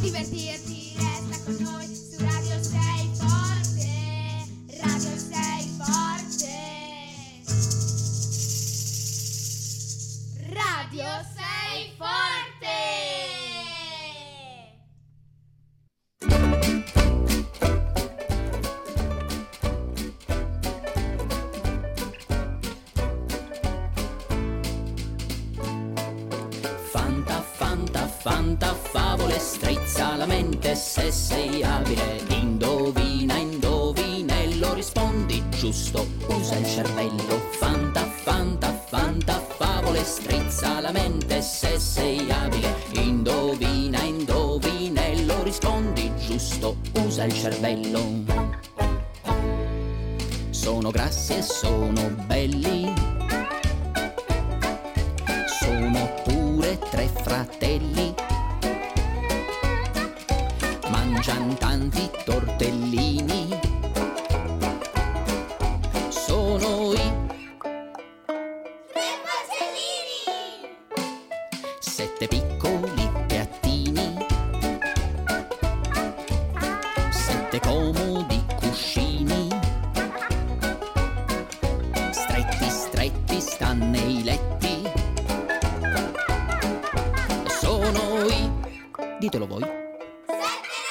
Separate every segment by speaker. Speaker 1: divertirti, resta con noi su Radio 6 Forte. Radio 6 Forte. Radio 6 Forte.
Speaker 2: Fanta, fanta, fanta, favole, strizza la mente se sei abile. Indovina, indovinello, rispondi giusto, usa il cervello. Fanta, fanta, fanta, favole, strizza la mente se sei abile. Indovina, indovinello, rispondi giusto, usa il cervello. Sono grassi e sono belli. Sono pure tre fratelli. Mangiano tanti tortellini. Sono i
Speaker 1: Tre Porcellini.
Speaker 2: sette piccoli piattini. Sette comodi cuscini. Stretti, stretti stanno nei letti. Sono i. Ditelo voi.
Speaker 1: Sette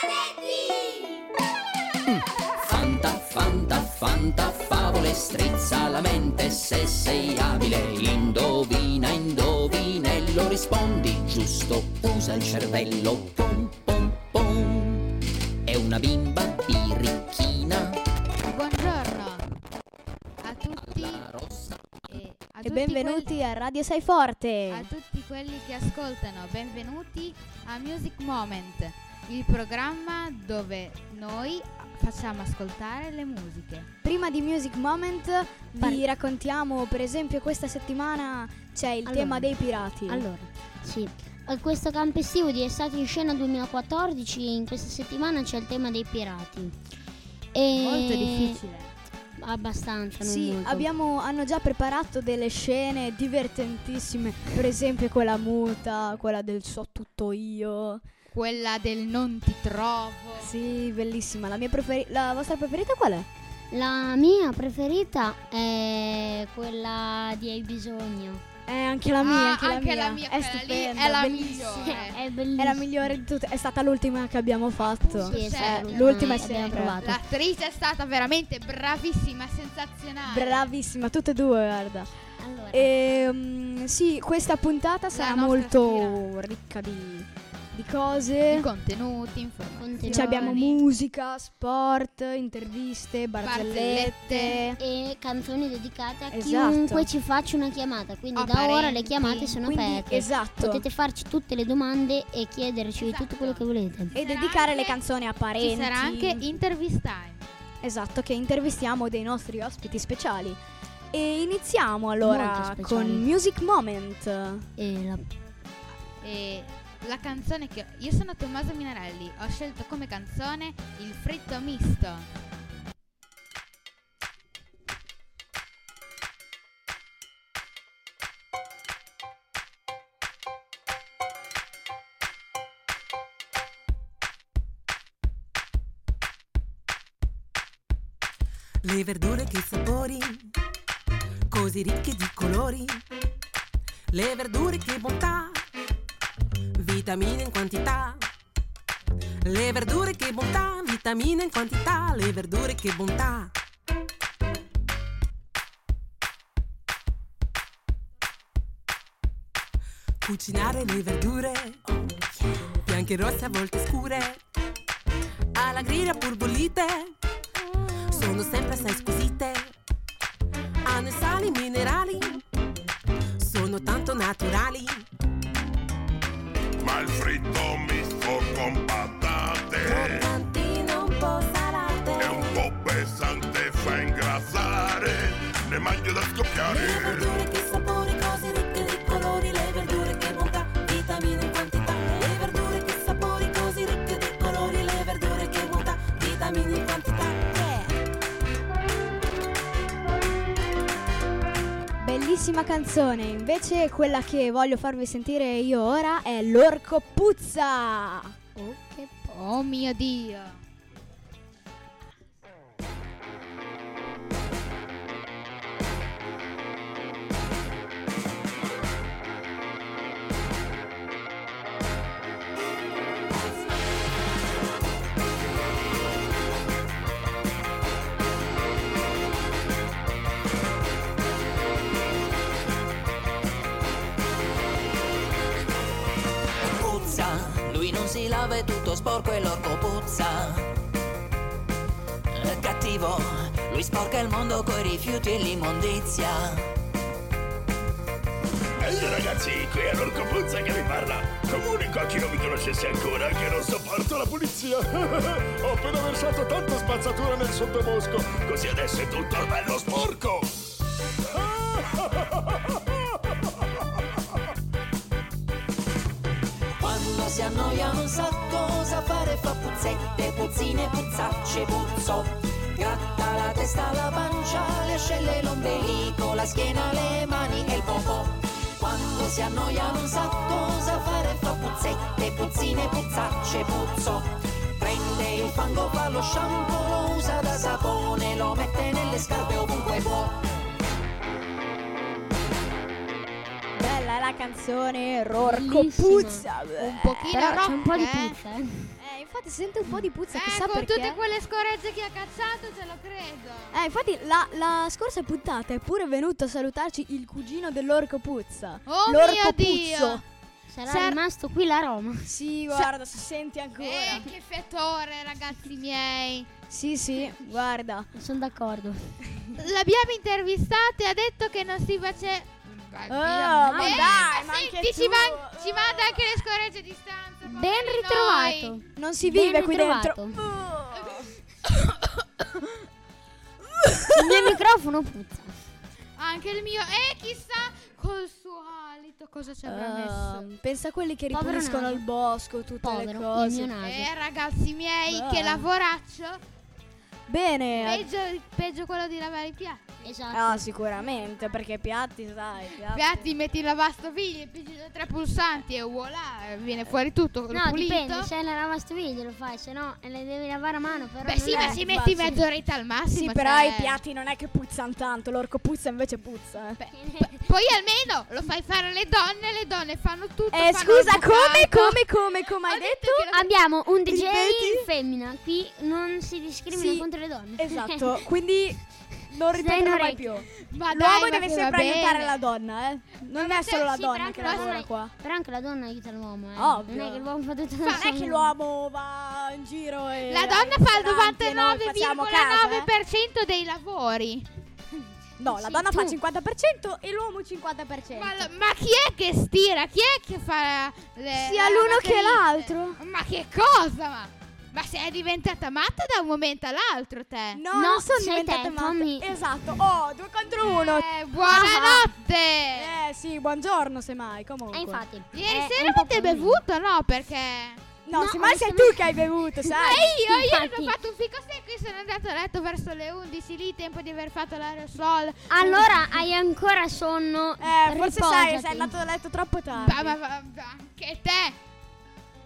Speaker 1: Nanetti.
Speaker 2: Fanta, fanta, fanta, favole, strizza la mente se sei abile. Indovina, indovinello, rispondi giusto, usa il cervello. Pum, pum, pum. È una bimba birichina,
Speaker 3: Buongiorno a tutti
Speaker 2: alla rossa.
Speaker 3: e, a
Speaker 4: E
Speaker 3: tutti
Speaker 4: benvenuti a Radio Sei
Speaker 3: quelli- a
Speaker 4: Forte.
Speaker 3: tutti quelli che ascoltano. Benvenuti a Music Moment, il programma dove noi facciamo ascoltare le musiche.
Speaker 4: Prima di Music Moment vi
Speaker 5: Par-
Speaker 4: raccontiamo, per esempio, questa settimana c'è il
Speaker 5: Allora.
Speaker 4: tema dei pirati.
Speaker 5: Allora, sì, a questo campo estivo di Estate in Scena 2014 in questa settimana c'è il tema dei pirati. E
Speaker 3: Molto difficile.
Speaker 5: Abbastanza, non
Speaker 4: Sì,
Speaker 5: molto.
Speaker 4: abbiamo, hanno già preparato delle scene divertentissime, per esempio quella muta, quella del so tutto io.
Speaker 3: Quella del non ti trovo.
Speaker 4: Sì, bellissima. La, mia preferi- la vostra preferita qual è?
Speaker 5: La mia preferita è quella di Hai bisogno.
Speaker 4: Eh, anche la
Speaker 3: Ah,
Speaker 4: mia, anche,
Speaker 3: anche la mia,
Speaker 4: È
Speaker 3: quella lì
Speaker 4: stupenda,
Speaker 3: è la
Speaker 4: bellissima.
Speaker 3: migliore.
Speaker 5: È bellissima.
Speaker 4: È la Oh, eh. migliore di tutte, è stata l'ultima che abbiamo fatto.
Speaker 5: Sì, è
Speaker 4: Eh,
Speaker 5: stata l'ultima
Speaker 4: l'ultima è
Speaker 5: che abbiamo
Speaker 4: sempre.
Speaker 5: provato.
Speaker 3: L'attrice è stata veramente bravissima, sensazionale.
Speaker 4: Bravissima, tutte e due, guarda.
Speaker 5: Allora,
Speaker 4: Ehm, sì, questa puntata sarà
Speaker 3: nostra
Speaker 4: molto ricca di, di
Speaker 3: I
Speaker 4: cose.
Speaker 3: contenuti, informazioni.
Speaker 5: continuiamo.
Speaker 4: Ci abbiamo musica, sport, interviste,
Speaker 3: Barzellette.
Speaker 4: barzellette.
Speaker 5: e canzoni dedicate a
Speaker 4: Esatto.
Speaker 5: chiunque ci faccia una chiamata. Quindi
Speaker 3: A
Speaker 5: da ora le
Speaker 3: parenti.
Speaker 5: chiamate sono
Speaker 4: Quindi,
Speaker 5: aperte.
Speaker 4: esatto.
Speaker 5: Potete farci tutte le domande e chiederci
Speaker 3: Esatto.
Speaker 5: tutto quello che volete.
Speaker 4: e
Speaker 3: Sarà
Speaker 4: dedicare le
Speaker 3: anche-
Speaker 4: canzoni a parenti.
Speaker 3: Ci sarà anche intervist time.
Speaker 4: Esatto, che intervistiamo dei nostri ospiti speciali. E iniziamo allora
Speaker 5: Molto speciali.
Speaker 4: con Music Moment.
Speaker 5: E la
Speaker 3: E la canzone che io sono Tommaso Minarelli, ho scelto come canzone il fritto misto.
Speaker 6: Le verdure che sapori, così ricche di colori. Le verdure che bontà, vitamine in quantità. Le verdure che bontà, vitamine in quantità. Le verdure che bontà. Cucinare le verdure, bianche e rosse a volte scure. Alla griglia purbolite sono sempre assai squisite. Hanno i sali minerali, sono tanto naturali.
Speaker 7: ma il fritto misto con patate
Speaker 6: Croccantino un po'
Speaker 7: è
Speaker 6: salate,
Speaker 7: un po' pesante, fa ingrassare, ne mangio da
Speaker 6: le
Speaker 7: scoppiare.
Speaker 6: verdure che sapori, cose ricche di colori, le verdure che bontà, vitamine in quantità. Le verdure che sapori, cose ricche di colori, le verdure che bontà, vitamine in quantità. Yeah.
Speaker 4: Bellissima canzone, invece quella che voglio farvi sentire io ora è L'orco puzza.
Speaker 5: Oh, che
Speaker 3: Oh mio Dio!
Speaker 2: Puzza, lui non si lava è tutto sporco e l'orco puzza. È cattivo, lui sporca il mondo coi rifiuti e l'immondizia.
Speaker 7: Allora Eh, ragazzi, qui è l'orco puzza che vi parla. Comunico a chi non mi conoscesse ancora che non sopporto la pulizia. Ho appena versato tanta spazzatura nel sottobosco, così adesso è tutto bello sporco. Ah,
Speaker 2: Quando si annoia non sa cosa fare Fa puzzette, puzzine, puzzacce, puzzo Gratta la testa, la pancia, le ascelle, l'ombelico La schiena, le mani e il popò Quando si annoia non sa cosa fare Fa puzzette, puzzine, puzzacce, puzzo Prende il fango, fa lo shampoo Lo usa da sapone, lo mette nelle scarpe ovunque può
Speaker 4: Bella la canzone Rorco
Speaker 5: Bellissima.
Speaker 4: Puzza.
Speaker 5: Un
Speaker 3: pochino
Speaker 4: Però-
Speaker 5: C'è un po' di
Speaker 3: rock, eh.
Speaker 5: pizza, eh.
Speaker 4: Eh, infatti sente un po' di puzza,
Speaker 3: Eh,
Speaker 4: chissà
Speaker 3: con
Speaker 4: perché.
Speaker 3: tutte quelle scoregge che ha cacciato te lo credo!
Speaker 4: Eh, infatti la, la scorsa puntata è pure venuto a salutarci il cugino dell'orco puzza.
Speaker 3: Oh
Speaker 4: l'orco puzzo.
Speaker 3: mio Dio!
Speaker 5: Sarà
Speaker 3: Sar-
Speaker 5: rimasto qui la Roma.
Speaker 4: Sì, guarda, si sente ancora.
Speaker 3: Eh, che fetore, ragazzi miei!
Speaker 4: Sì, sì, guarda.
Speaker 5: Sono d'accordo.
Speaker 3: L'abbiamo intervistata e ha detto che non si face...
Speaker 4: Oh, ma
Speaker 3: Eh,
Speaker 4: dai, ma
Speaker 3: senti,
Speaker 4: anche
Speaker 3: ci,
Speaker 4: tu.
Speaker 3: van- ci manda anche le scoregge a distanza!
Speaker 5: Ben
Speaker 3: poveri noi.
Speaker 5: ritrovato.
Speaker 4: Non si
Speaker 5: Ben
Speaker 4: vive qui
Speaker 5: ritrovato.
Speaker 4: dentro.
Speaker 5: Il mio microfono puzza.
Speaker 3: Anche il mio... E chissà col suo alito cosa ci avrà
Speaker 4: Ah,
Speaker 3: messo!
Speaker 4: pensa a quelli che
Speaker 5: Povero
Speaker 4: ripuliscono
Speaker 5: naso.
Speaker 4: il bosco, tutte le
Speaker 5: Povero, il mio
Speaker 4: cose.
Speaker 5: naso.
Speaker 3: Eh, ragazzi miei, che
Speaker 4: Ah.
Speaker 3: lavoraccio!
Speaker 4: Bene.
Speaker 3: Peggio, peggio quello di lavare i piatti.
Speaker 5: Esatto.
Speaker 4: Ah, sicuramente, perché piatti, sai, piatti.
Speaker 3: Piatti, metti il lavastoviglie, pigi due o tre pulsanti e voilà, viene fuori tutto
Speaker 5: No,
Speaker 3: pulito.
Speaker 5: dipende,
Speaker 4: cioè-
Speaker 5: se è la lavastoviglie lo fai, se no le devi lavare a mano però.
Speaker 3: Beh
Speaker 5: non
Speaker 3: sì,
Speaker 5: è-
Speaker 3: ma
Speaker 4: eh,
Speaker 3: ci metti
Speaker 4: ma sì.
Speaker 3: mezz'oretta al
Speaker 4: Sì,
Speaker 3: massimo.
Speaker 4: però
Speaker 3: cioè.
Speaker 4: i piatti non è che puzzano tanto, l'orco puzza invece puzza. eh.
Speaker 3: Beh, p- poi almeno lo fai fare alle donne, le donne fanno tutto.
Speaker 4: Eh,
Speaker 3: fanno
Speaker 4: scusa,
Speaker 3: il
Speaker 4: come,
Speaker 3: bucato.
Speaker 4: come, come, come hai
Speaker 3: Ho
Speaker 4: detto?
Speaker 3: detto che lo-
Speaker 5: Abbiamo un DJ
Speaker 4: Ripeti?
Speaker 5: femmina, qui non si discrimina
Speaker 4: Sì,
Speaker 5: contro le donne.
Speaker 4: Esatto, quindi non
Speaker 5: Sei in
Speaker 4: ripeterò mai più.
Speaker 5: orecchio.
Speaker 3: Ma dai,
Speaker 4: L'uomo
Speaker 3: ma
Speaker 4: deve
Speaker 3: che
Speaker 4: sempre
Speaker 3: va bene.
Speaker 4: aiutare la donna, eh. Non è solo la
Speaker 5: sì,
Speaker 4: donna
Speaker 5: però
Speaker 4: che
Speaker 5: anche la
Speaker 4: lavora
Speaker 5: donna-
Speaker 4: qua.
Speaker 5: però anche la donna aiuta l'uomo, eh.
Speaker 4: Ovvio.
Speaker 5: Non è che l'uomo fa tutto da
Speaker 4: Ma non è
Speaker 5: solo.
Speaker 4: che l'uomo va in giro e...
Speaker 3: La donna fa il
Speaker 4: Ristorante, noi facciamo casa, eh.
Speaker 3: 99,9% dei lavori.
Speaker 4: No, la
Speaker 5: Sì,
Speaker 4: donna fa
Speaker 5: tu.
Speaker 4: il 50% e l'uomo il 50%.
Speaker 3: Ma, lo- ma chi è che stira? Chi è che fa le,
Speaker 4: Sia
Speaker 3: la
Speaker 4: l'uno che
Speaker 3: lavatrice?
Speaker 4: l'altro.
Speaker 3: Ma che cosa? Ma, ma sei diventata matta da un momento all'altro te?
Speaker 4: No,
Speaker 5: No,
Speaker 4: non sono
Speaker 5: sei
Speaker 4: diventata
Speaker 5: te,
Speaker 4: matta.
Speaker 5: Tommy.
Speaker 4: Esatto. Oh, due contro uno.
Speaker 3: Eh, buonanotte!
Speaker 4: Eh sì, buongiorno semmai, comunque.
Speaker 5: Eh, infatti.
Speaker 3: Ieri
Speaker 5: è- è
Speaker 3: sera
Speaker 5: un po'
Speaker 3: avete
Speaker 5: come-
Speaker 3: bevuto, no? Perché...
Speaker 4: No,
Speaker 5: No,
Speaker 4: semmai sei tu
Speaker 5: onestamente-
Speaker 4: che hai bevuto,
Speaker 3: Ma
Speaker 4: sai?
Speaker 3: io, io
Speaker 5: infatti.
Speaker 3: ho fatto un fico secco e sono andato a letto verso le 11 lì, tempo di aver fatto l'aerosol.
Speaker 5: Allora hai ancora sonno.
Speaker 4: Eh, forse sai,
Speaker 5: riposati.
Speaker 4: sei andato a letto troppo tardi.
Speaker 3: Ma, ma- ma- ma anche te!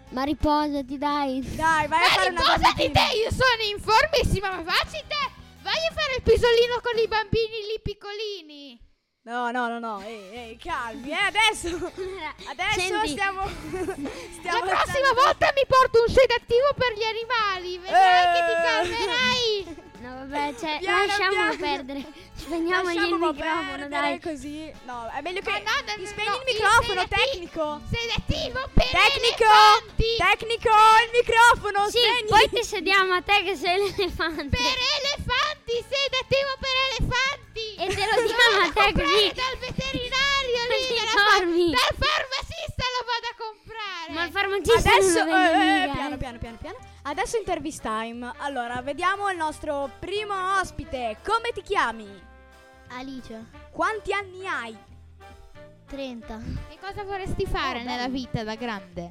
Speaker 5: Ma riposati, dai.
Speaker 4: Dai, vai a
Speaker 3: Ma
Speaker 4: Eh, fare una
Speaker 3: riposa di
Speaker 4: dormitina.
Speaker 3: te, io sono informissima, ma facci te! Vai a fare il pisolino con i bambini lì piccolini!
Speaker 4: No, no, no, no, ehi, ehi, calmi, eh, adesso, adesso
Speaker 5: Senti,
Speaker 4: stiamo,
Speaker 3: La
Speaker 4: stiamo...
Speaker 3: prossima volta mi porto un sedativo per gli animali, vedrai che ti
Speaker 4: Eh.
Speaker 3: calmerai!
Speaker 5: No, vabbè, cioè,
Speaker 4: Piano, piano.
Speaker 5: lasciamolo perdere. Spegniamogli il
Speaker 4: Lasciamolo
Speaker 5: microfono,
Speaker 4: perdere
Speaker 5: dai.
Speaker 4: così, no, è meglio che
Speaker 3: Ma no, no,
Speaker 4: ti
Speaker 3: no,
Speaker 4: spegni
Speaker 3: no,
Speaker 4: il microfono,
Speaker 3: sedati-
Speaker 4: tecnico,
Speaker 3: Sedativo per
Speaker 4: tecnico,
Speaker 3: elefanti!
Speaker 4: tecnico, il microfono,
Speaker 5: Sì,
Speaker 4: spegni.
Speaker 5: poi ti sediamo a te che sei l'elefante.
Speaker 3: per elefanti! Sedativo per elefanti!
Speaker 5: E te lo diamo a te
Speaker 3: comprare
Speaker 5: così.
Speaker 3: dal veterinario lì,
Speaker 5: Ti
Speaker 3: dalla fa-
Speaker 5: dormi.
Speaker 3: dal farmacista lo vado a comprare!
Speaker 5: Ma il farmacista
Speaker 4: Adesso,
Speaker 5: non lo vende
Speaker 4: eh, eh,
Speaker 5: mica,
Speaker 4: piano,
Speaker 5: eh.
Speaker 4: piano, piano, piano, adesso intervist time, allora, vediamo il nostro primo ospite, come ti chiami?
Speaker 5: Alice,
Speaker 4: Quanti anni hai?
Speaker 5: 30.
Speaker 3: Che cosa vorresti
Speaker 4: Oh,
Speaker 3: fare nella vita da grande?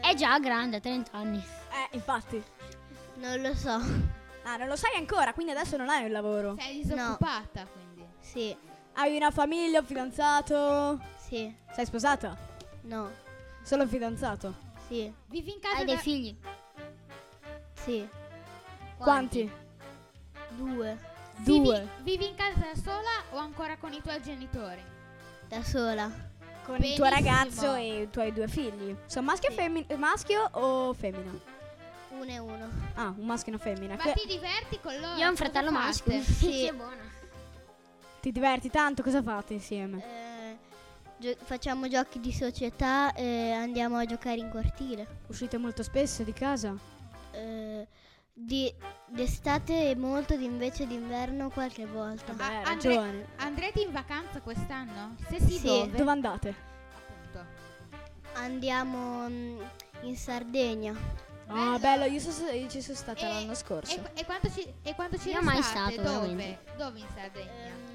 Speaker 5: È già grande, ha 30 anni.
Speaker 4: Eh, infatti,
Speaker 5: Non lo so.
Speaker 4: ah, non lo sai ancora, quindi adesso non hai un lavoro.
Speaker 3: Sei disoccupata, quindi.
Speaker 5: Sì,
Speaker 4: Hai una famiglia, un fidanzato?
Speaker 5: sì,
Speaker 4: Sei sposata?
Speaker 5: no,
Speaker 4: Solo un fidanzato?
Speaker 5: Sì.
Speaker 3: Vivi in casa
Speaker 5: Hai dei
Speaker 3: da...
Speaker 5: figli? Sì.
Speaker 4: Quanti?
Speaker 5: Due.
Speaker 3: vivi,
Speaker 4: Due.
Speaker 3: vivi in casa da sola o ancora con i tuoi genitori?
Speaker 5: Da sola.
Speaker 4: Con il
Speaker 3: Benissimo.
Speaker 4: tuo ragazzo e i tuoi due figli. Sono maschio, e femmi- maschio o femmina?
Speaker 5: Uno e uno.
Speaker 4: Ah, un maschio e una femmina.
Speaker 3: Ma
Speaker 4: Que-
Speaker 3: ti diverti con loro?
Speaker 5: Io ho un
Speaker 3: Cosa
Speaker 5: fratello maschio.
Speaker 3: fate?
Speaker 5: Sì, è buona.
Speaker 4: Ti diverti tanto? Cosa fate insieme?
Speaker 5: Eh, facciamo giochi di società e andiamo a giocare in cortile.
Speaker 4: Uscite molto spesso di casa?
Speaker 3: Ah,
Speaker 5: d'estate e molto, invece d'inverno qualche volta.
Speaker 4: Vabbè, hai
Speaker 3: Ah, Andre-
Speaker 4: ragione.
Speaker 3: Andrete in vacanza quest'anno? Se sì,
Speaker 5: Sì.
Speaker 3: dove?
Speaker 4: Dove andate?
Speaker 3: Appunto.
Speaker 5: Andiamo in Sardegna.
Speaker 4: Ah, bello, io, so- io ci sono stata
Speaker 3: E-
Speaker 4: l'anno scorso.
Speaker 3: E, e quanto ci, e quanto ci
Speaker 5: Io mai
Speaker 3: restate?
Speaker 5: stato,
Speaker 3: Dove?
Speaker 5: veramente. Ehm,
Speaker 3: Dove in Sardegna?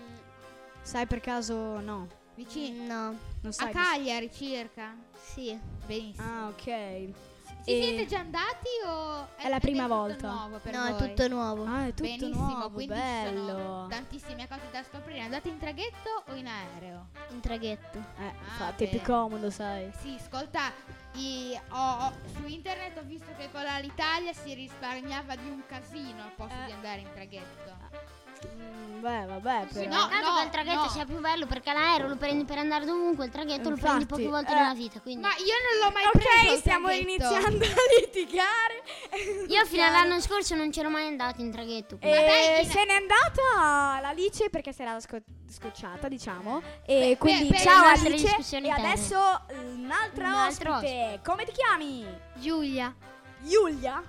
Speaker 4: Sai per caso no?
Speaker 3: Vicino?
Speaker 5: no,
Speaker 4: Non
Speaker 3: A
Speaker 4: sai. chi-
Speaker 3: Cagliari circa?
Speaker 5: sì. Ah,
Speaker 3: Benissimo.
Speaker 4: Ah, ok.
Speaker 3: Ci
Speaker 4: e-
Speaker 3: siete già andati o
Speaker 4: È la prima
Speaker 3: tutto
Speaker 4: volta.
Speaker 3: nuovo per
Speaker 5: no, è
Speaker 3: voi?
Speaker 5: tutto nuovo.
Speaker 4: Ah, è tutto
Speaker 3: Benissimo,
Speaker 4: nuovo,
Speaker 3: quindi ci sono
Speaker 4: bello.
Speaker 3: tantissime cose da scoprire. Andate in traghetto o in aereo?
Speaker 5: In traghetto.
Speaker 4: Eh, infatti è
Speaker 3: bene.
Speaker 4: più comodo, sai.
Speaker 3: Sì, ascolta, i- ho- ho- su internet ho visto che con la- l'Italia si risparmiava di un casino al posto
Speaker 4: Eh.
Speaker 3: di andare in traghetto.
Speaker 4: Mm, beh, vabbè,
Speaker 5: Sì,
Speaker 4: però.
Speaker 3: no,
Speaker 5: tanto che il traghetto
Speaker 3: no.
Speaker 5: sia più bello perché l'aereo lo prendi per andare dovunque, il traghetto lo prendi
Speaker 4: Infatti,
Speaker 5: poche volte
Speaker 4: eh.
Speaker 5: nella vita. Quindi
Speaker 3: Ma io non l'ho mai preso.
Speaker 4: Ok,
Speaker 3: il
Speaker 4: stiamo
Speaker 3: traghetto.
Speaker 4: iniziando a litigare.
Speaker 5: io fino all'anno scorso non c'ero mai andato in traghetto.
Speaker 4: E
Speaker 5: quindi-
Speaker 3: dai, in-
Speaker 4: Eh, se n'è andata l'Alice perché si era sco- scocciata, diciamo. E
Speaker 3: Per-
Speaker 4: quindi
Speaker 3: per- per
Speaker 4: ciao
Speaker 5: le nostre
Speaker 4: Alice.
Speaker 5: discussioni
Speaker 4: E
Speaker 5: interne.
Speaker 4: adesso un'altra
Speaker 5: Un altro
Speaker 4: ospite. Come ti chiami?
Speaker 5: Giulia,
Speaker 4: Giulia?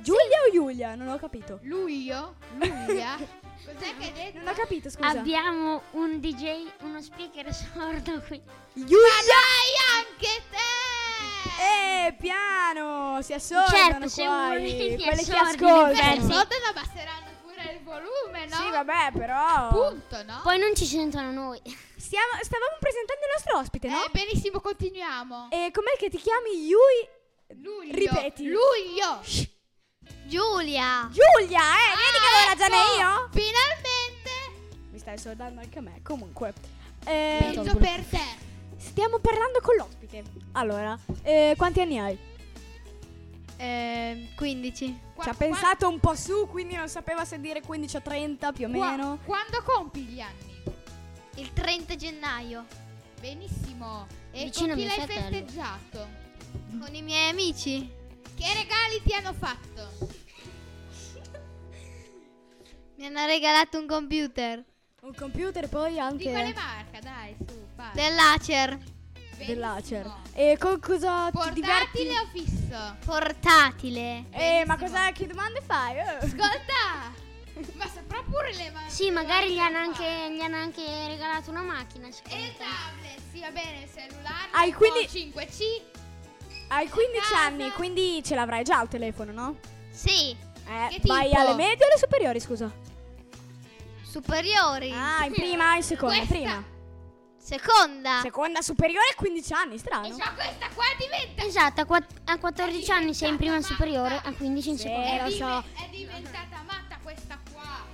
Speaker 4: Giulia o Giulia? Non ho capito.
Speaker 3: Luglio? Luglio? eh? Cos'è che hai detto?
Speaker 4: Non ho capito,
Speaker 5: Ah,
Speaker 4: scusa.
Speaker 5: abbiamo un DJ, uno speaker sordo qui.
Speaker 4: Giulia
Speaker 3: Dai, anche te! Eh,
Speaker 4: e piano, si assorbono
Speaker 5: Certo, se
Speaker 4: guai,
Speaker 5: uno li
Speaker 4: quelli che
Speaker 5: assorbi,
Speaker 3: Beh,
Speaker 5: diversi.
Speaker 4: ascoltano.
Speaker 3: sotto la abbasseranno pure il volume, no?
Speaker 4: Sì, vabbè, però
Speaker 3: Punto, no?
Speaker 5: Poi non ci sentono noi.
Speaker 4: Stiamo, stavamo presentando il nostro ospite, no?
Speaker 3: Eh, benissimo, continuiamo.
Speaker 4: E com'è che ti chiami Yui?
Speaker 3: Eh, Luglio.
Speaker 4: Ripeti.
Speaker 3: Luglio.
Speaker 5: Giulia!
Speaker 4: Giulia, eh, vedi che avevo
Speaker 3: Ah,
Speaker 4: ragione
Speaker 3: ecco,
Speaker 4: io?
Speaker 3: Finalmente.
Speaker 4: Mi stai sordando anche a me, comunque. Eh,
Speaker 3: Peggio per te.
Speaker 4: stiamo parlando con l'ospite. Allora, eh, quanti anni hai?
Speaker 3: Ehm,
Speaker 5: 15.
Speaker 3: Qua-
Speaker 4: Ci ha
Speaker 3: qua-
Speaker 4: pensato un po' su, quindi non sapeva se dire 15 o 30 più o
Speaker 3: qua-
Speaker 4: meno.
Speaker 3: Quando compi gli anni?
Speaker 5: Il 30 gennaio.
Speaker 3: Benissimo. E
Speaker 5: Vicino
Speaker 3: con chi
Speaker 5: a mio
Speaker 3: l'hai
Speaker 5: fratello.
Speaker 3: festeggiato?
Speaker 5: Con i miei amici.
Speaker 3: Che regali ti hanno fatto?
Speaker 5: Mi hanno regalato un computer.
Speaker 4: Un computer poi
Speaker 3: Di
Speaker 4: anche
Speaker 3: quale marca? Dai, su, fai.
Speaker 5: Dell'Acer.
Speaker 3: Benissimo.
Speaker 4: dell'Acer. E con cosa ti diverti?
Speaker 3: Portatile o fisso?
Speaker 5: Portatile.
Speaker 4: Eh, ma
Speaker 3: Benissimo.
Speaker 4: cosa, che domande fai? Eh.
Speaker 3: Ascolta! Ma saprò pure le mani.
Speaker 5: Sì, magari gli hanno anche, gli hanno anche regalato una macchina. secondo
Speaker 3: E il
Speaker 5: te.
Speaker 3: tablet, sì, va bene, il cellulare.
Speaker 4: Hai
Speaker 3: iPhone
Speaker 4: quindi-
Speaker 3: 5C.
Speaker 4: Hai 15
Speaker 3: Casa.
Speaker 4: anni, quindi ce l'avrai già il telefono, no?
Speaker 5: Sì,
Speaker 4: Eh,
Speaker 3: Che
Speaker 4: vai
Speaker 3: tipo?
Speaker 4: alle medie o alle superiori, scusa?
Speaker 5: superiori.
Speaker 4: Ah, in prima e in seconda,
Speaker 3: Questa-
Speaker 4: prima.
Speaker 5: Seconda.
Speaker 4: Seconda superiore 15 anni, strano.
Speaker 3: Ma questa qua diventa.
Speaker 5: Esatto, a, quat- a 14 anni sei in prima superiore, a 15 in
Speaker 4: Sì.
Speaker 5: seconda.
Speaker 4: Eh,
Speaker 3: è,
Speaker 4: lo so.
Speaker 3: è diventata matta questa qua.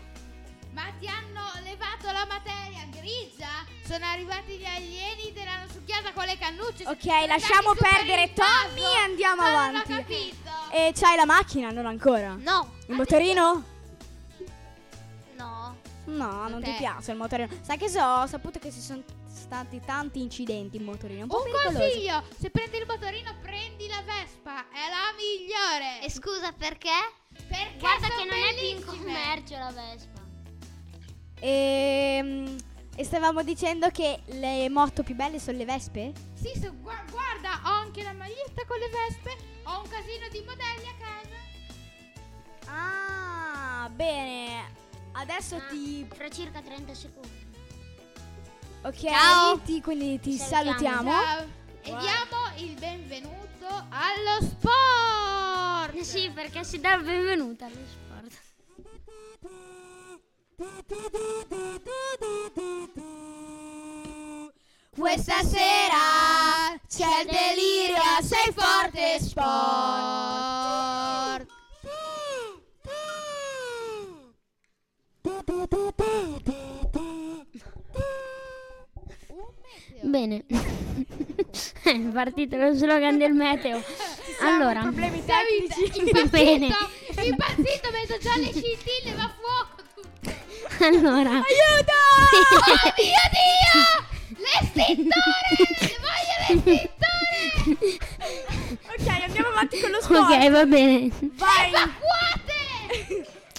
Speaker 3: Ma ti hanno levato la materia grigia? Sono arrivati gli alieni, te l'hanno succhiata con le cannucce.
Speaker 4: Ok,
Speaker 3: ti sono
Speaker 4: lasciamo
Speaker 3: andati su per
Speaker 4: perdere
Speaker 3: il naso.
Speaker 4: Tommy e andiamo
Speaker 3: Ma
Speaker 4: avanti. Eh,
Speaker 3: Non ho capito. Mm.
Speaker 4: E c'hai la macchina? Non ancora.
Speaker 5: No,
Speaker 4: Il motorino?
Speaker 5: no.
Speaker 4: No, non ti
Speaker 3: te.
Speaker 4: piace il motorino. Sai che so, ho saputo che ci sono stati tanti incidenti in motorino. Un po'
Speaker 3: Un
Speaker 4: pericolosi.
Speaker 3: consiglio, se prendi il motorino prendi la Vespa, è la migliore.
Speaker 5: scusa perché?
Speaker 3: Perché
Speaker 5: Guarda
Speaker 3: sono
Speaker 5: che non è più in
Speaker 3: bellissime.
Speaker 5: commercio la Vespa.
Speaker 4: Ehm, E stavamo dicendo che le moto più belle sono le vespe?
Speaker 3: Sì, so- gua- guarda, ho anche la maglietta con le vespe, ho un casino di modelli a casa.
Speaker 4: Ah, bene. Adesso
Speaker 5: Ah.
Speaker 4: ti.
Speaker 5: Fra circa 30 secondi.
Speaker 4: Ok,
Speaker 5: Ciao.
Speaker 4: ti- quindi ti
Speaker 5: Ci salutiamo.
Speaker 4: salutiamo.
Speaker 3: Ciao. E diamo il benvenuto allo sport.
Speaker 5: Sì, perché si dà il benvenuto allo sport.
Speaker 3: Questa sera c'è il delirio, sei forte sport. Un meteo.
Speaker 4: oh.
Speaker 5: Bene. partito lo slogan del meteo. Allora,
Speaker 4: Problemi
Speaker 3: Davide,
Speaker 4: tecnici.
Speaker 5: Bene.
Speaker 3: impazzito, impazzito, mezzo già le scintille, va a fuoco tutto.
Speaker 5: allora.
Speaker 3: Oh mio Dio! L'estintore! Le voglio l'estintore!
Speaker 8: Ok, andiamo avanti con lo sport.
Speaker 5: Ok, va bene.
Speaker 8: Vai,
Speaker 3: Evacuate!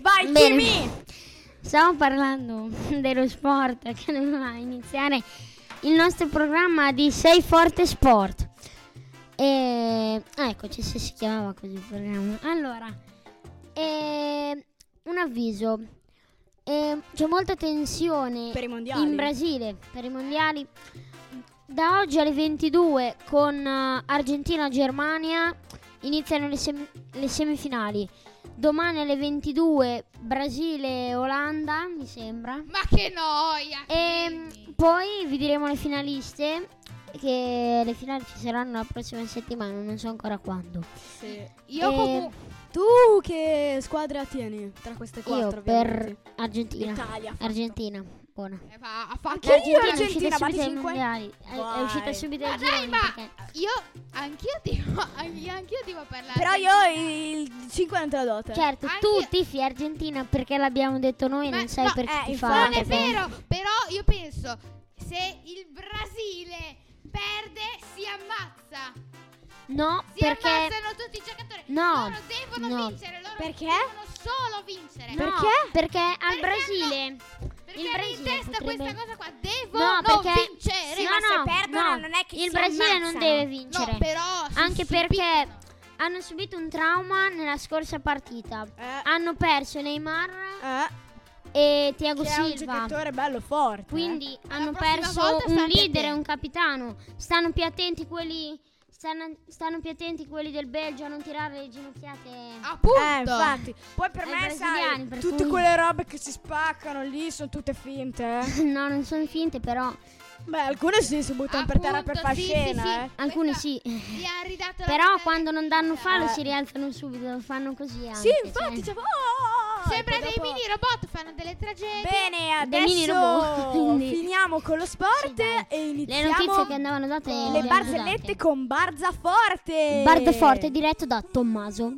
Speaker 8: vai,
Speaker 5: Bene.
Speaker 8: Kimi.
Speaker 5: Stiamo parlando dello sport che doveva iniziare il nostro programma di Sei Forte Sport. E ah, eccoci se si chiamava così il programma. Allora, e, un avviso. E, c'è molta tensione
Speaker 4: Per i mondiali.
Speaker 5: in Brasile per i mondiali. Da oggi alle 22 con eh, Argentina-Germania iniziano le, sem- le semifinali. Domani alle 22 Brasile-Olanda, mi sembra.
Speaker 3: Ma che noia!
Speaker 5: E
Speaker 3: Kimi.
Speaker 5: poi vi diremo le finaliste, che le finali ci saranno la prossima settimana, non so ancora quando.
Speaker 3: Io
Speaker 5: eh,
Speaker 3: comunque...
Speaker 4: Tu che squadra tieni tra queste quattro?
Speaker 5: Io per
Speaker 4: ovviamente?
Speaker 5: Argentina.
Speaker 8: Italia.
Speaker 5: Argentina, buona.
Speaker 3: Eh, va, ha fatto...
Speaker 8: Io
Speaker 5: L'Argentina è
Speaker 8: Argentina,
Speaker 5: uscita subito ai
Speaker 8: vatti cinque?
Speaker 5: mondiali. È, è
Speaker 8: Vai.
Speaker 5: uscita subito
Speaker 3: Ma
Speaker 5: ai
Speaker 3: dai,
Speaker 5: gironi.
Speaker 3: ma
Speaker 5: perché-
Speaker 3: io anch'io devo, anch'io devo parlare.
Speaker 4: Però io il 5 non te la do te.
Speaker 5: Certo,
Speaker 3: Anche
Speaker 5: tu
Speaker 3: io-
Speaker 5: tifi Argentina perché l'abbiamo detto noi,
Speaker 3: Ma
Speaker 5: non sai
Speaker 3: no,
Speaker 5: perché
Speaker 8: eh,
Speaker 5: ti fa.
Speaker 3: Non è vero, però io penso, se il Brasile perde, si ammazza.
Speaker 5: No,
Speaker 3: Si
Speaker 5: perché
Speaker 3: ammazzano tutti i giocatori.
Speaker 5: No,
Speaker 3: Loro devono
Speaker 5: no.
Speaker 3: vincere, loro
Speaker 4: Perché?
Speaker 3: devono solo vincere.
Speaker 5: no,
Speaker 4: Perché?
Speaker 5: Perché al
Speaker 3: Perché
Speaker 5: Brasile.
Speaker 3: Perché
Speaker 5: il
Speaker 3: era in
Speaker 5: Brasile
Speaker 3: testa
Speaker 5: potrebbe-
Speaker 3: questa cosa qua, devono
Speaker 5: No, perché
Speaker 3: vincere.
Speaker 5: no,
Speaker 8: ma se
Speaker 5: no,
Speaker 8: perdono
Speaker 5: no,
Speaker 8: non è che
Speaker 5: il
Speaker 8: si
Speaker 5: Brasile non
Speaker 8: ammazzano.
Speaker 5: deve
Speaker 3: No,
Speaker 5: vincere.
Speaker 3: però si-
Speaker 5: Anche
Speaker 3: si
Speaker 5: perché
Speaker 3: picchiano.
Speaker 5: hanno subito un trauma nella scorsa partita. Hanno perso Neymar
Speaker 4: Eh,
Speaker 5: e Thiago
Speaker 4: che è un
Speaker 5: Silva.
Speaker 4: giocatore bello forte. eh.
Speaker 5: Quindi hanno
Speaker 3: prossima
Speaker 5: perso
Speaker 3: volta
Speaker 5: un
Speaker 3: state
Speaker 5: leader e
Speaker 3: attenti.
Speaker 5: un capitano. Stanno più attenti quelli. Stanno, stanno più attenti quelli del Belgio a non tirare le ginocchiate.
Speaker 1: Ah.
Speaker 3: Appunto.
Speaker 4: Eh, infatti. Poi per
Speaker 5: Ai
Speaker 4: me, sai,
Speaker 5: brasiliani, per
Speaker 4: tutte
Speaker 5: cui-
Speaker 4: quelle robe che si spaccano lì sono tutte finte. eh.
Speaker 5: No, non sono finte, però.
Speaker 4: Beh, alcune sì, si buttano per terra per far
Speaker 3: Appunto, sì,
Speaker 4: scena,
Speaker 3: sì, sì.
Speaker 4: eh.
Speaker 5: Alcuni
Speaker 3: Questa-
Speaker 5: sì.
Speaker 3: Gli ha ridato la
Speaker 5: Però
Speaker 3: medaglia
Speaker 5: quando non danno fallo
Speaker 4: Eh.
Speaker 5: si rialzano subito, lo fanno così anche.
Speaker 4: Sì, infatti,
Speaker 5: cioè.
Speaker 4: cioè, oh!
Speaker 3: Sembra
Speaker 4: E poi
Speaker 3: dei
Speaker 4: dopo-
Speaker 3: mini robot, fanno delle tragedie.
Speaker 4: Bene,
Speaker 5: Dei mini robot,
Speaker 4: adesso
Speaker 5: quindi.
Speaker 4: finiamo con lo sport
Speaker 5: dai.
Speaker 4: e
Speaker 5: Le
Speaker 4: iniziamo
Speaker 5: notizie che andavano date le
Speaker 4: le
Speaker 5: abbiamo
Speaker 4: barzellette
Speaker 5: date.
Speaker 4: con Barzaforte.
Speaker 5: Bardaforte diretto da Tommaso.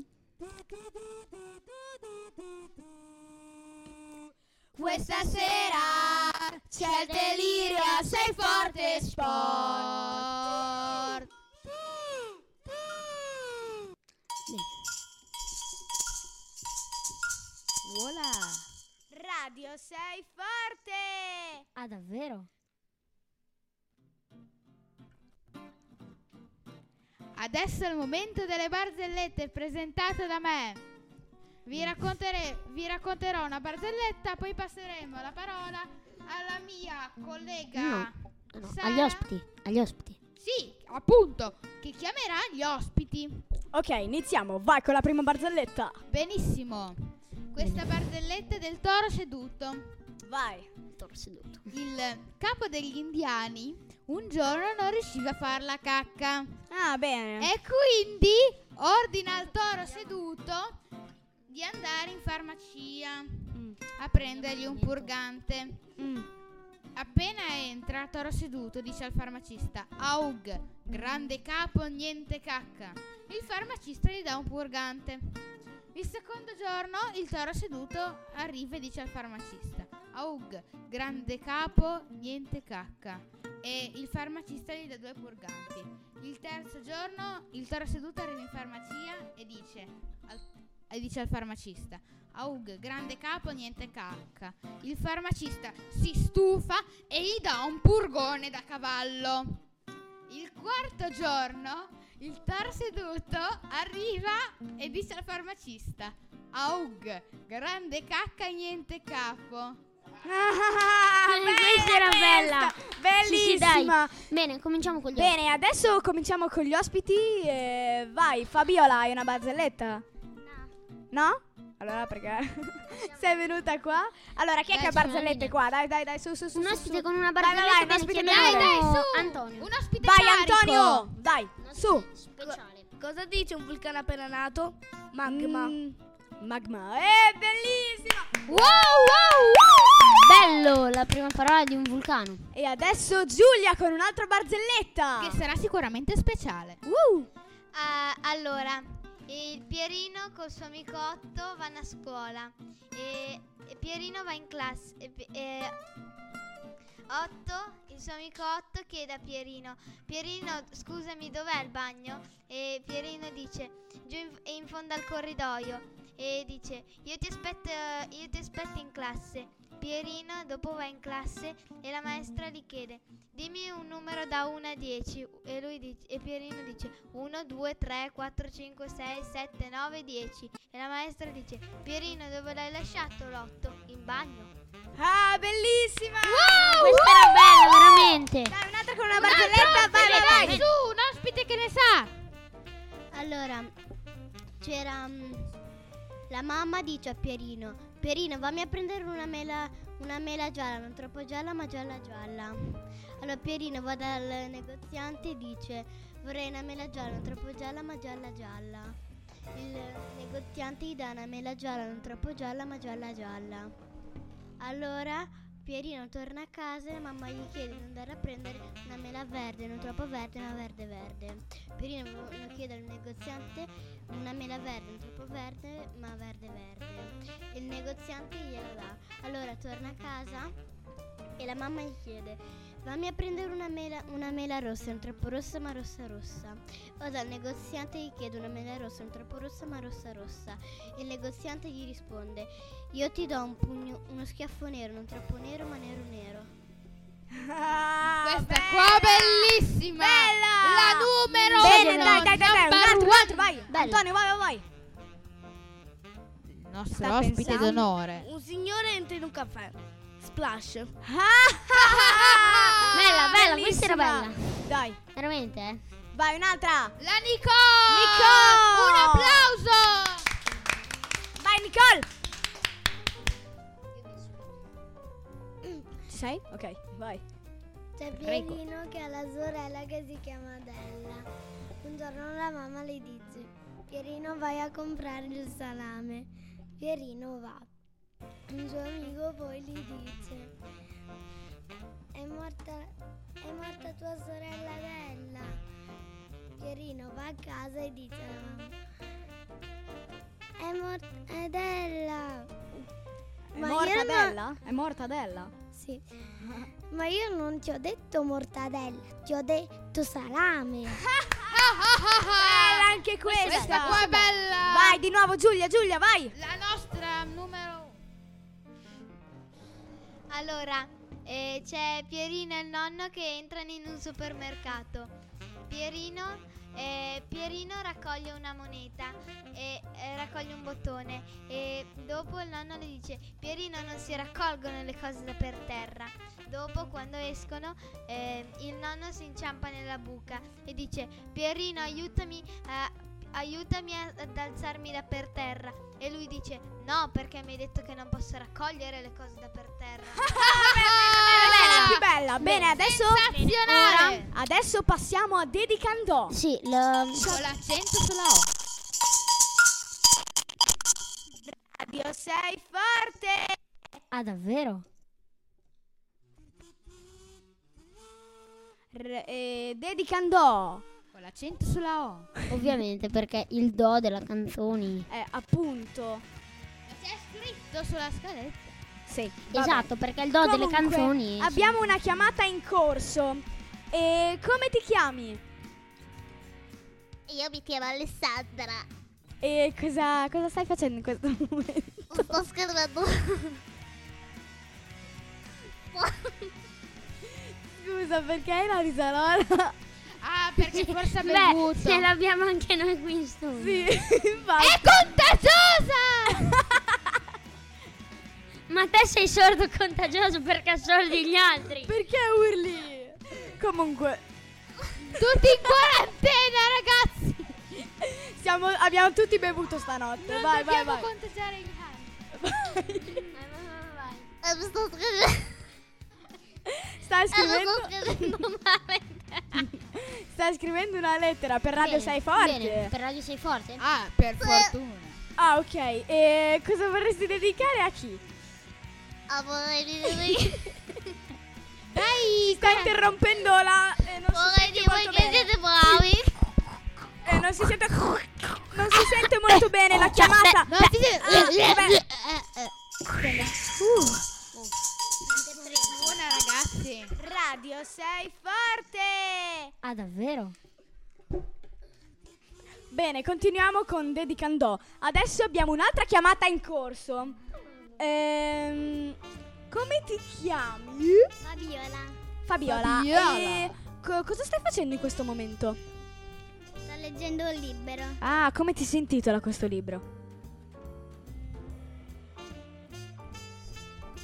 Speaker 1: Questa sera c'è il delirio, a sei forte sport.
Speaker 3: Sport.
Speaker 5: Voilà.
Speaker 1: Radio sei forte.
Speaker 5: Ah, davvero?
Speaker 3: Adesso è il momento delle barzellette presentate da me. Vi, raccontere- vi racconterò una barzelletta, poi passeremo la parola alla mia collega.
Speaker 5: Ah, no,
Speaker 3: Sara-
Speaker 5: agli ospiti, agli ospiti.
Speaker 3: Sì, appunto, che chiamerà gli ospiti.
Speaker 4: Ok, iniziamo. Vai con la prima barzelletta.
Speaker 3: Benissimo. Questa barzelletta è del toro seduto.
Speaker 4: Vai.
Speaker 5: Toro seduto.
Speaker 3: Il capo degli indiani un giorno non riusciva a far la cacca.
Speaker 4: Ah,
Speaker 5: Eh.
Speaker 4: bene.
Speaker 3: E quindi ordina al toro seduto di andare in farmacia
Speaker 4: Mm.
Speaker 3: a prendergli un purgante.
Speaker 4: Mm.
Speaker 3: Appena entra, Toro seduto dice al farmacista: Aug, grande capo, niente cacca. Il farmacista gli dà un purgante. Il secondo giorno il toro seduto arriva e dice al farmacista: Aug, grande capo, niente cacca. E il farmacista gli dà due purganti. Il terzo giorno il toro seduto arriva in farmacia e dice al, e dice al farmacista: Aug, grande capo, niente cacca. Il farmacista si stufa e gli dà un purgone da cavallo. Il quarto giorno il tar seduto arriva e dice al farmacista: Aug, grande cacca, niente capo.
Speaker 4: Ah, bella
Speaker 5: Questa era bella. Sì, sì, dai.
Speaker 4: Bellissima.
Speaker 5: Bene, cominciamo con gli ospiti.
Speaker 4: Bene, adesso cominciamo con gli ospiti. e vai, Fabiola, hai una barzelletta? No? Allora perché sei venuta qua? Allora, chi è
Speaker 5: Dai,
Speaker 4: che ha
Speaker 5: ci sono
Speaker 4: barzellette
Speaker 5: le-
Speaker 4: qua? Dai, dai, dai, su, su, su.
Speaker 5: Un
Speaker 4: su,
Speaker 5: ospite
Speaker 4: su.
Speaker 5: con una
Speaker 4: Vai, vai,
Speaker 5: barzelletta
Speaker 4: vai, un
Speaker 5: che
Speaker 4: ospite
Speaker 5: chiamiamo-
Speaker 4: bello.
Speaker 3: Dai, dai, su!
Speaker 5: Antonio.
Speaker 3: Un ospite
Speaker 4: Vai,
Speaker 3: carico.
Speaker 4: Antonio, dai,
Speaker 5: Un ospite
Speaker 4: su.
Speaker 5: Speciale.
Speaker 8: Cosa dice un vulcano appena nato? Magma.
Speaker 3: Mm,
Speaker 4: Mm, magma. È Eh, bellissima.
Speaker 3: Wow, wow, wow!
Speaker 5: Vulcanello, la prima parola di un vulcano.
Speaker 4: E adesso Giulia con un'altra barzelletta.
Speaker 3: Che sarà sicuramente speciale.
Speaker 4: Uh,
Speaker 9: Ah, allora, il Pierino col suo amicotto vanno a scuola e, e Pierino va in classe. E, Pi- e Otto, il suo amicotto, chiede a Pierino, Pierino scusami dov'è il bagno? E Pierino dice, giù in, è in fondo al corridoio e dice, io ti aspetto, io ti aspetto in classe. Pierino dopo va in classe e la maestra gli chiede, Dimmi un numero da 1 a 10 e, lui dice, e Pierino dice 1, 2, 3, 4, 5, 6, 7, 9, 10 e la maestra dice Pierino dove l'hai lasciato l'8? In bagno.
Speaker 4: ah, bellissima.
Speaker 5: Questa era bella, veramente.
Speaker 4: Dai, un'altra con una
Speaker 3: Un altro
Speaker 4: barzelletta. Vai,
Speaker 3: ospite,
Speaker 4: vai,
Speaker 3: dai,
Speaker 4: vai.
Speaker 3: Su, un ospite che ne sa.
Speaker 9: Allora c'era mm, la mamma dice a Pierino Pierino vammi a prendere una mela, una mela gialla, non troppo gialla ma gialla gialla. Allora Pierino va dal negoziante e dice vorrei una mela gialla, non troppo gialla ma gialla gialla. Il negoziante gli dà una mela gialla, non troppo gialla ma gialla gialla. Allora Pierino torna a casa e la mamma gli chiede di andare a prendere una mela verde, non troppo verde ma verde verde. Pierino lo lo chiede al negoziante una mela verde, non troppo verde ma verde verde. Il negoziante gliela dà. Allora torna a casa e la mamma gli chiede Vammi a prendere una mela, una mela rossa, non troppo rossa ma rossa rossa. Vado al negoziante e gli chiedo una mela rossa, non troppo rossa ma rossa rossa. Il negoziante gli risponde Io ti do un pugno, uno schiaffo nero, non troppo nero ma nero nero.
Speaker 4: Ah,
Speaker 3: Questa
Speaker 4: bella.
Speaker 3: qua bellissima. La numero
Speaker 4: Bene,
Speaker 3: uno.
Speaker 4: dai, dai, dai, dai, un
Speaker 3: number
Speaker 4: altro, un
Speaker 3: one.
Speaker 4: altro, vai. Antonio, vai, vai, vai.
Speaker 3: Il nostro
Speaker 4: Sta
Speaker 3: ospite
Speaker 4: pensando.
Speaker 3: d'onore.
Speaker 8: Un signore entra in un caffè. Splash.
Speaker 4: Ah,
Speaker 5: Bella, bella, questa era
Speaker 4: Bellissima.
Speaker 5: bella.
Speaker 4: Dai,
Speaker 5: Veramente, eh?
Speaker 4: vai, un'altra.
Speaker 3: La Nico!
Speaker 4: Nico!
Speaker 3: Un applauso!
Speaker 4: Vai, Nicole. Ci sei? Ok, vai.
Speaker 9: C'è
Speaker 4: Prego.
Speaker 9: Pierino che ha la sorella che si chiama Adella. Un giorno la mamma le dice: Pierino, vai a comprare il salame. Pierino va. Un suo amico poi gli dice: È morta, è morta tua sorella Adella. Pierino va a casa e dice alla mamma: È morta Adella.
Speaker 4: È
Speaker 9: Ma io
Speaker 4: morta
Speaker 9: non-
Speaker 4: Della? È morta Della?
Speaker 9: Sì. Ma io non ti ho detto mortadella, ti ho detto salame.
Speaker 4: Bella anche questa.
Speaker 3: Ah, Questa qua è bella!
Speaker 4: Vai, di nuovo Giulia, Giulia, vai.
Speaker 3: La nostra numero
Speaker 9: Allora, eh, c'è Pierino e il nonno che entrano in un supermercato. Pierino, eh, Pierino raccoglie una moneta e eh, raccoglie un bottone e dopo il nonno le dice Pierino non si raccolgono le cose da per terra. Dopo quando escono eh, il nonno si inciampa nella buca e dice Pierino aiutami a- Eh, Aiutami a- ad alzarmi da per terra. E lui dice: No, perché mi hai detto che non posso raccogliere le cose da per terra.
Speaker 4: Questa è la più bella. Bene, adesso
Speaker 3: sensazionale!
Speaker 4: Adesso passiamo a Dedicandò.
Speaker 5: Sì, la...
Speaker 3: Con l'accento sulla O.
Speaker 1: Radio sei forte.
Speaker 5: Ah, davvero?
Speaker 4: R- eh, Dedicandò.
Speaker 3: Con l'accento sulla O.
Speaker 5: Ovviamente, perché il do della canzone.
Speaker 4: Eh, appunto.
Speaker 3: Ma c'è scritto sulla scaletta.
Speaker 4: Sì. vabbè.
Speaker 5: Esatto, perché il do delle
Speaker 4: Comunque,
Speaker 5: canzoni...
Speaker 4: Abbiamo una chiamata in corso. E come ti chiami?
Speaker 9: Io mi chiamo Alessandra.
Speaker 4: E cosa, cosa stai facendo in questo momento?
Speaker 9: Sto scrivendo.
Speaker 4: Scusa, perché hai la risarola?
Speaker 3: Ah, perché forse ha
Speaker 5: Beh,
Speaker 3: bevuto.
Speaker 5: ce l'abbiamo anche noi qui in studio.
Speaker 4: Sì, infatti.
Speaker 3: È contagiosa!
Speaker 5: Ma te sei sordo contagioso perché assordi gli altri. Eh,
Speaker 4: Perché urli? Comunque,
Speaker 3: Tutti in quarantena, ragazzi!
Speaker 4: siamo- abbiamo tutti bevuto stanotte.
Speaker 3: Non
Speaker 4: vai, vai, vai.
Speaker 3: dobbiamo contagiare gli altri.
Speaker 9: Eh, Sto scrivendo.
Speaker 3: Eh,
Speaker 4: Stai scrivendo, stai scrivendo una lettera per Radio
Speaker 5: Bene,
Speaker 4: 6 Forte.
Speaker 5: Bene, per Radio sei forte?
Speaker 3: Ah, per fortuna.
Speaker 4: Ah, ok. E cosa vorresti dedicare a chi?
Speaker 9: vorrei dire voi
Speaker 3: Dai,
Speaker 4: Sta interrompendo la... eh, non si
Speaker 9: vorrei dire voi
Speaker 4: sente molto
Speaker 9: che
Speaker 4: bene.
Speaker 9: siete bravi.
Speaker 4: Eh, non si sente... Non si sente molto bene
Speaker 3: Cioè,
Speaker 4: la chiamata.
Speaker 3: no, ti sei...
Speaker 4: Vabbè,
Speaker 9: Eh, eh.
Speaker 3: Buona ragazzi.
Speaker 1: Radio 6 forte!
Speaker 5: Ah, davvero?
Speaker 4: Bene, continuiamo con Dedicandò. Adesso abbiamo un'altra chiamata in corso. Ehm, come ti chiami?
Speaker 9: Fabiola
Speaker 4: Fabiola.
Speaker 3: Fabiola.
Speaker 4: E co- cosa stai facendo in questo momento?
Speaker 9: sto leggendo un libro.
Speaker 4: Ah, come ti si intitola questo libro?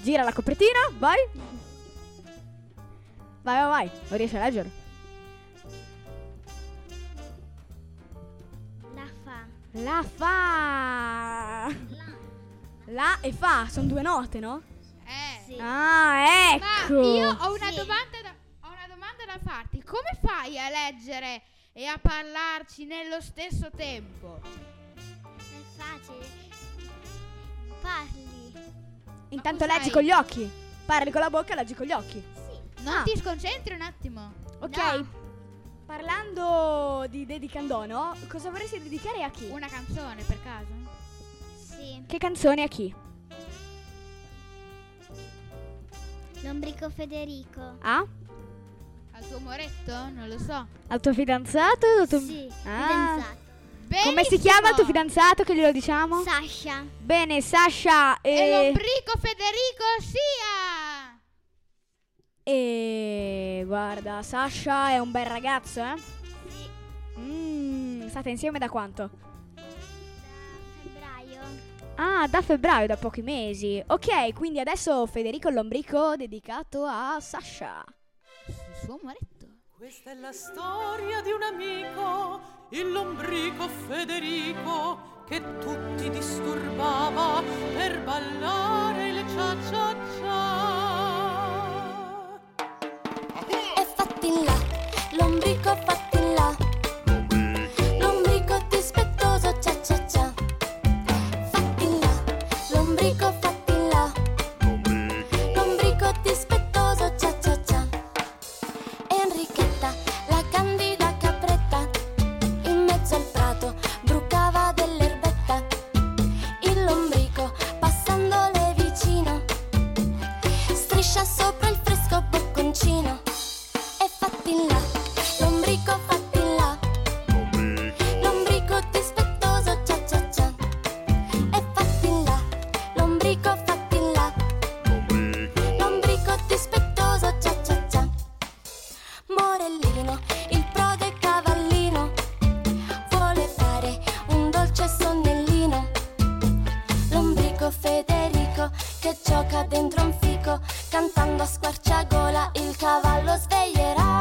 Speaker 4: Gira la copertina, vai. Vai, vai, vai. Non riesci a leggerlo.
Speaker 9: La fa.
Speaker 4: La fa. La e fa, sono due note, no?
Speaker 3: Eh.
Speaker 9: Sì.
Speaker 4: Ah,
Speaker 3: Ma
Speaker 4: ecco.
Speaker 3: io ho una,
Speaker 9: Sì.
Speaker 3: domanda da, ho una domanda da farti. Come fai a leggere e a parlarci nello stesso tempo?
Speaker 9: È facile. Parli.
Speaker 4: Intanto
Speaker 3: Ma
Speaker 4: leggi
Speaker 3: cos'hai?
Speaker 4: con gli occhi. Parli con la bocca e leggi con gli occhi.
Speaker 3: Non
Speaker 4: Ah.
Speaker 3: ti sconcentri un attimo?
Speaker 4: Ok.
Speaker 9: No.
Speaker 4: Parlando di dedicandò, no? Cosa vorresti dedicare a chi?
Speaker 3: Una canzone per caso?
Speaker 9: Sì.
Speaker 4: Che canzone a chi?
Speaker 9: L'ombrico Federico.
Speaker 4: A?
Speaker 3: Al tuo moretto? Non lo so.
Speaker 4: Al tuo fidanzato? Al tuo-
Speaker 9: Sì.
Speaker 4: Ah.
Speaker 9: Fidanzato.
Speaker 4: Come si chiama il tuo
Speaker 3: Benissimo.
Speaker 4: fidanzato che glielo diciamo?
Speaker 9: Sasha.
Speaker 4: Bene, Sasha e...
Speaker 3: E l'ombrico Federico sia!
Speaker 4: E guarda, Sasha è un bel ragazzo, eh? Mm, state insieme da quanto?
Speaker 9: Febbraio.
Speaker 4: Ah, da febbraio, da pochi mesi. Ok, quindi adesso Federico Lombrico dedicato a Sasha.
Speaker 3: Il suo moretto.
Speaker 6: Questa è la storia di un amico, il lombrico Federico, che tutti disturbava per ballare le cia cia cia.
Speaker 10: E fatti in là, lombrico fatti in là. Lombrico dispettoso, cia cia cia. Fatti in là, lombrico fatti in là. Lombrico dispettoso, cia cia cia. Enrichetta, la candida capretta, in mezzo al prato brucava dell'erbetta. Il lombrico, passandole vicino, striscia sopra il fresco bocconcino. E fatti in là, lombrico fatti in là Lombrico dispettoso, cia cia cia E fatti in là, lombrico fatti in là Lombrico dispettoso, cia cia cia Morellino, il prode cavallino Vuole fare un dolce sonnellino Lombrico Federico che gioca dentro un fico, cantando a squarciagola il cavallo sveglierà.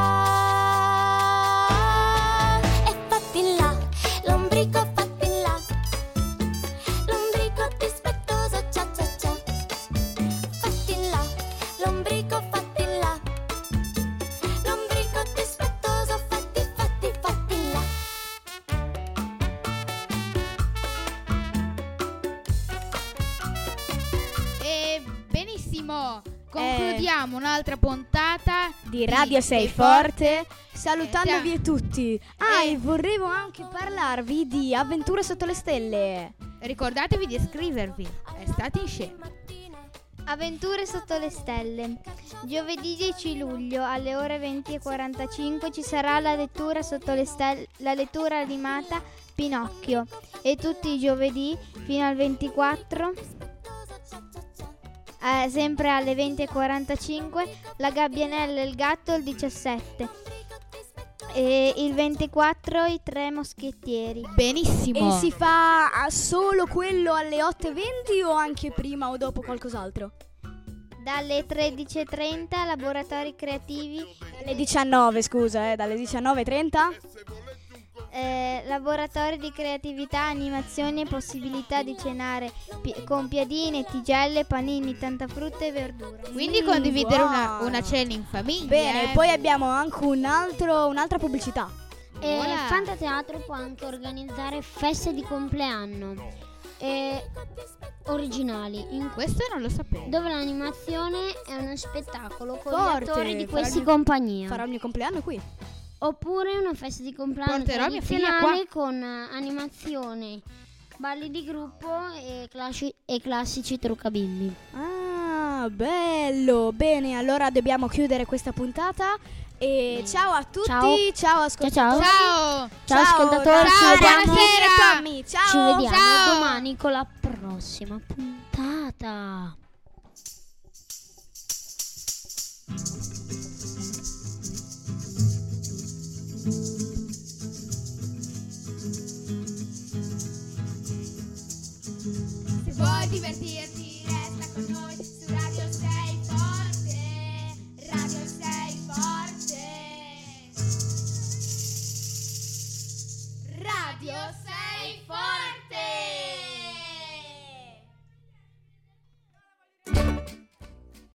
Speaker 10: E fatti là, lombrico fatti là. Lombrico dispettoso, cia cia cia. Fatti là, lombrico fatti là. Lombrico dispettoso, fatti fatti fatti là.
Speaker 3: E benissimo, concludiamo un'altra puntata
Speaker 4: Eh. Di Radio 6 Forte, salutandovi tutti. Ah, e vorrevo anche parlarvi di Avventure sotto le stelle.
Speaker 3: Ricordatevi di iscrivervi. È stato in scena.
Speaker 1: Avventure sotto le stelle. Giovedì 10 luglio alle ore 20.45 ci sarà la lettura sotto le stelle, la lettura animata Pinocchio e tutti i giovedì fino al 24 eh, sempre alle 20.45 la gabbianella e il gatto il 17 e il 24 i tre moschettieri.
Speaker 3: Benissimo.
Speaker 4: E si fa ah, solo quello alle 8.20 o anche prima o dopo qualcos'altro?
Speaker 1: Dalle 13.30 laboratori creativi
Speaker 4: Alle 19, scusa, eh, dalle 19.30?
Speaker 1: Eh, laboratori di creatività, animazioni e possibilità di cenare pi- con piadine, tigelle, panini, tanta frutta e verdura.
Speaker 3: Quindi
Speaker 4: Mm,
Speaker 3: condividere una,
Speaker 4: buono.
Speaker 3: una cena in famiglia.
Speaker 4: Bene,
Speaker 3: eh.
Speaker 4: poi abbiamo anche un altro, un'altra pubblicità.
Speaker 5: E
Speaker 3: Voilà.
Speaker 5: Fantateatro può anche organizzare feste di compleanno. eh, originali.
Speaker 3: questo non lo sapevo.
Speaker 5: Dove l'animazione è uno spettacolo con
Speaker 4: Forte,
Speaker 5: gli attori di
Speaker 4: farò
Speaker 5: questi
Speaker 4: il mio-
Speaker 5: compagnia.
Speaker 4: Farò il mio compleanno qui.
Speaker 5: Oppure una festa di compleanno
Speaker 3: Porterò mia figlia
Speaker 5: tradizionale con eh, animazione, balli di gruppo e, classi- e classici truccabimbi.
Speaker 4: Ah, bello. Bene, allora dobbiamo chiudere questa puntata. E ciao a tutti,
Speaker 5: Ciao.
Speaker 4: ciao, ascoltatori.
Speaker 5: Ciao.
Speaker 3: Ciao!
Speaker 5: Ciao, ascoltatori,
Speaker 4: ciao,
Speaker 5: ci vediamo,
Speaker 4: buonasera, Tommy. Ciao.
Speaker 5: ci vediamo
Speaker 3: ciao.
Speaker 5: domani con la prossima puntata.
Speaker 3: Se vuoi divertirti